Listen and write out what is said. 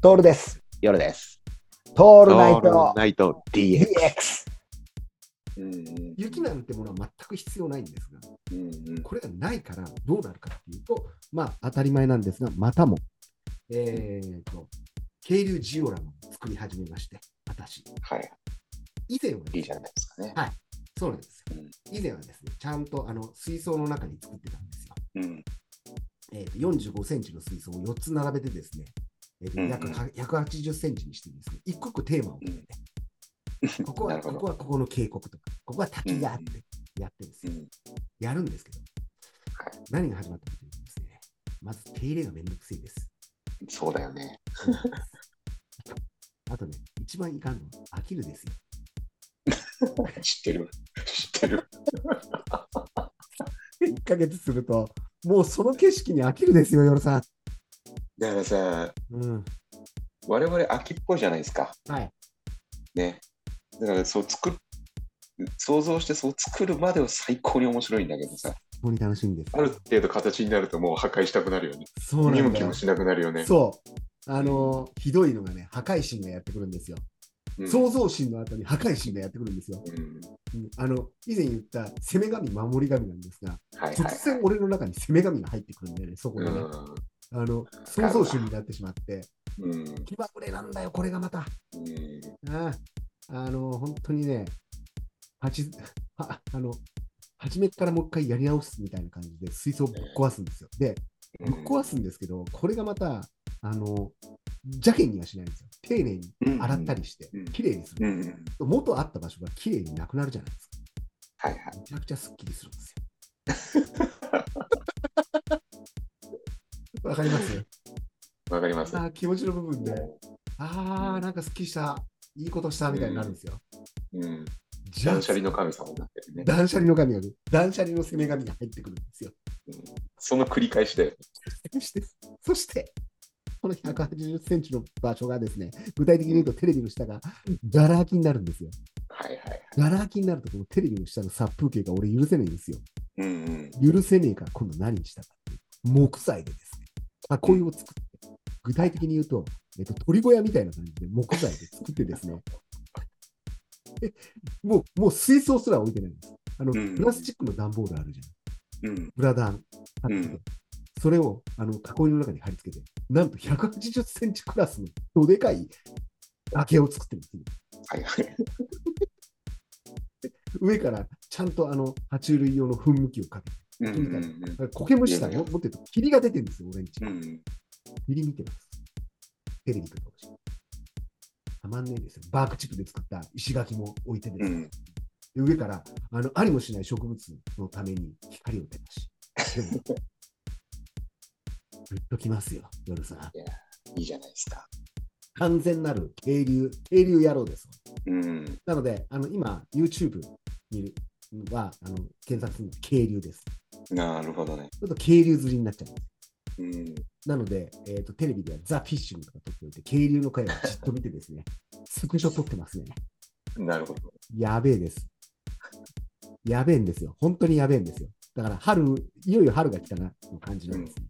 トールです。夜です。トオールナイトナイト DX。 DX。うん雪なんてものは全く必要ないんですが、うんうんこれがないからどうなるかっていうと、まあ当たり前なんですが、またも、えーと、渓流ジオラマを作り始めまして、私、はい。以前はね、いいじゃないですかね。そうなんですようん。以前はですね、ちゃんとあの水槽の中に作ってたんですよ。うん。えー、と45センチの水槽を4つ並べてですね、えーとうんうん約は180センチにしてですね、一個一個テーマを決めて、ここ なはるこほどこはここの渓谷とか、ここは滝があってやってるんですうよ。ん。やるんですけど、は何が始まったかというとですね、まず手入れがめんどくせいです。そうだよね。あとね、一番いかんのは飽きるですよ。知ってる。知ってる。 1ヶ月すると、もうその景色に飽きるですよ、夜さん。だからさ、うん。我々秋っぽいじゃないですか。はい。ね。だからそう作る。想像してそう作るまでは最高に面白いんだけどさ、本当に楽しいんですあ。る程度形になるともう破壊したくなるよね。そう見な向んだきよも。しなくなるよね。そう。あのーひどいのがね、破壊神がやってくるんですよ。うん創造神の後に破壊神がやってくるんですよ。うん。うんあの以前言った攻め神、守り神なんですが、はいはい、は突然い。俺の中に攻め神が入ってくるんでね、そこうがね、んあの創造神になってしまって、うん。気まぐれなんだよ、これがまた。うん。あああの本当にね、 はちああの初めからもう一回やり直すみたいな感じで、水槽ぶっ壊すんですよ。で、ぶっ壊すんですけど、これがまた、あの邪険にはしないんですよ。丁寧にうん洗ったりしてうん、綺麗にすうる。ん。うん元あった場所が綺麗になくなるじゃないですか。はいはい。めちゃくちゃすっきりするんです よ。わかり ますわかります。あー気持ちの部分で、ああ、なんかすっきりした、いいことしたみたいになるんですよ。うん。じゃあ断捨離の神様になってるね。断捨離の神がね、断捨離の攻め神が入ってくるんですよ。その繰り返しだよ。そして、そして、この180センチの場所がですね、具体的に言うとテレビの下がガラ空きになるんですよ。はいはい。ガラ空きになると、このテレビの下の殺風景が俺許せないんですよ。うんうん。許せねえから今度何にしたかっていう木材でですね囲いを作って具体的に言うと、えっと、鳥小屋みたいな感じで木材で作ってですねえもうもう水槽すら置いてないんですあの、うんプラスチックの段ボールあるじゃんうん。プラダンう買ってきてんそれをあの囲いの中に貼り付けてなんと180センチクラスのどでかい崖を作ってるんですよはいはい。上からちゃんとあの爬虫類用の噴霧器をかけてうんうん苔むしたいやのいや持ってると霧が出てるんですよ俺んち、うん。うん。見り見てます。テレビとかもし。たまんねえですよ。バークチップで作った石垣も置いてでうすね、ん。で上からあのありもしない植物のために光を照らし。でもグッときますよ、夜さん。いいじゃないですか。完全なる渓流、渓流野郎です。うん。なので、あの今、YouTube にはあの検索するのは渓流です。ちなるほどね。ょっと渓流釣りになっちゃうんです。うん。なので、えーと、テレビではザ・フィッシングとか撮っておいて、渓流の回をじっと見てですね、スクショ撮ってますね。なるほど。やべえです。やべえんですよ。本当にやべえんですよ。だから春、いよいよ春が来たなの感じなんですね。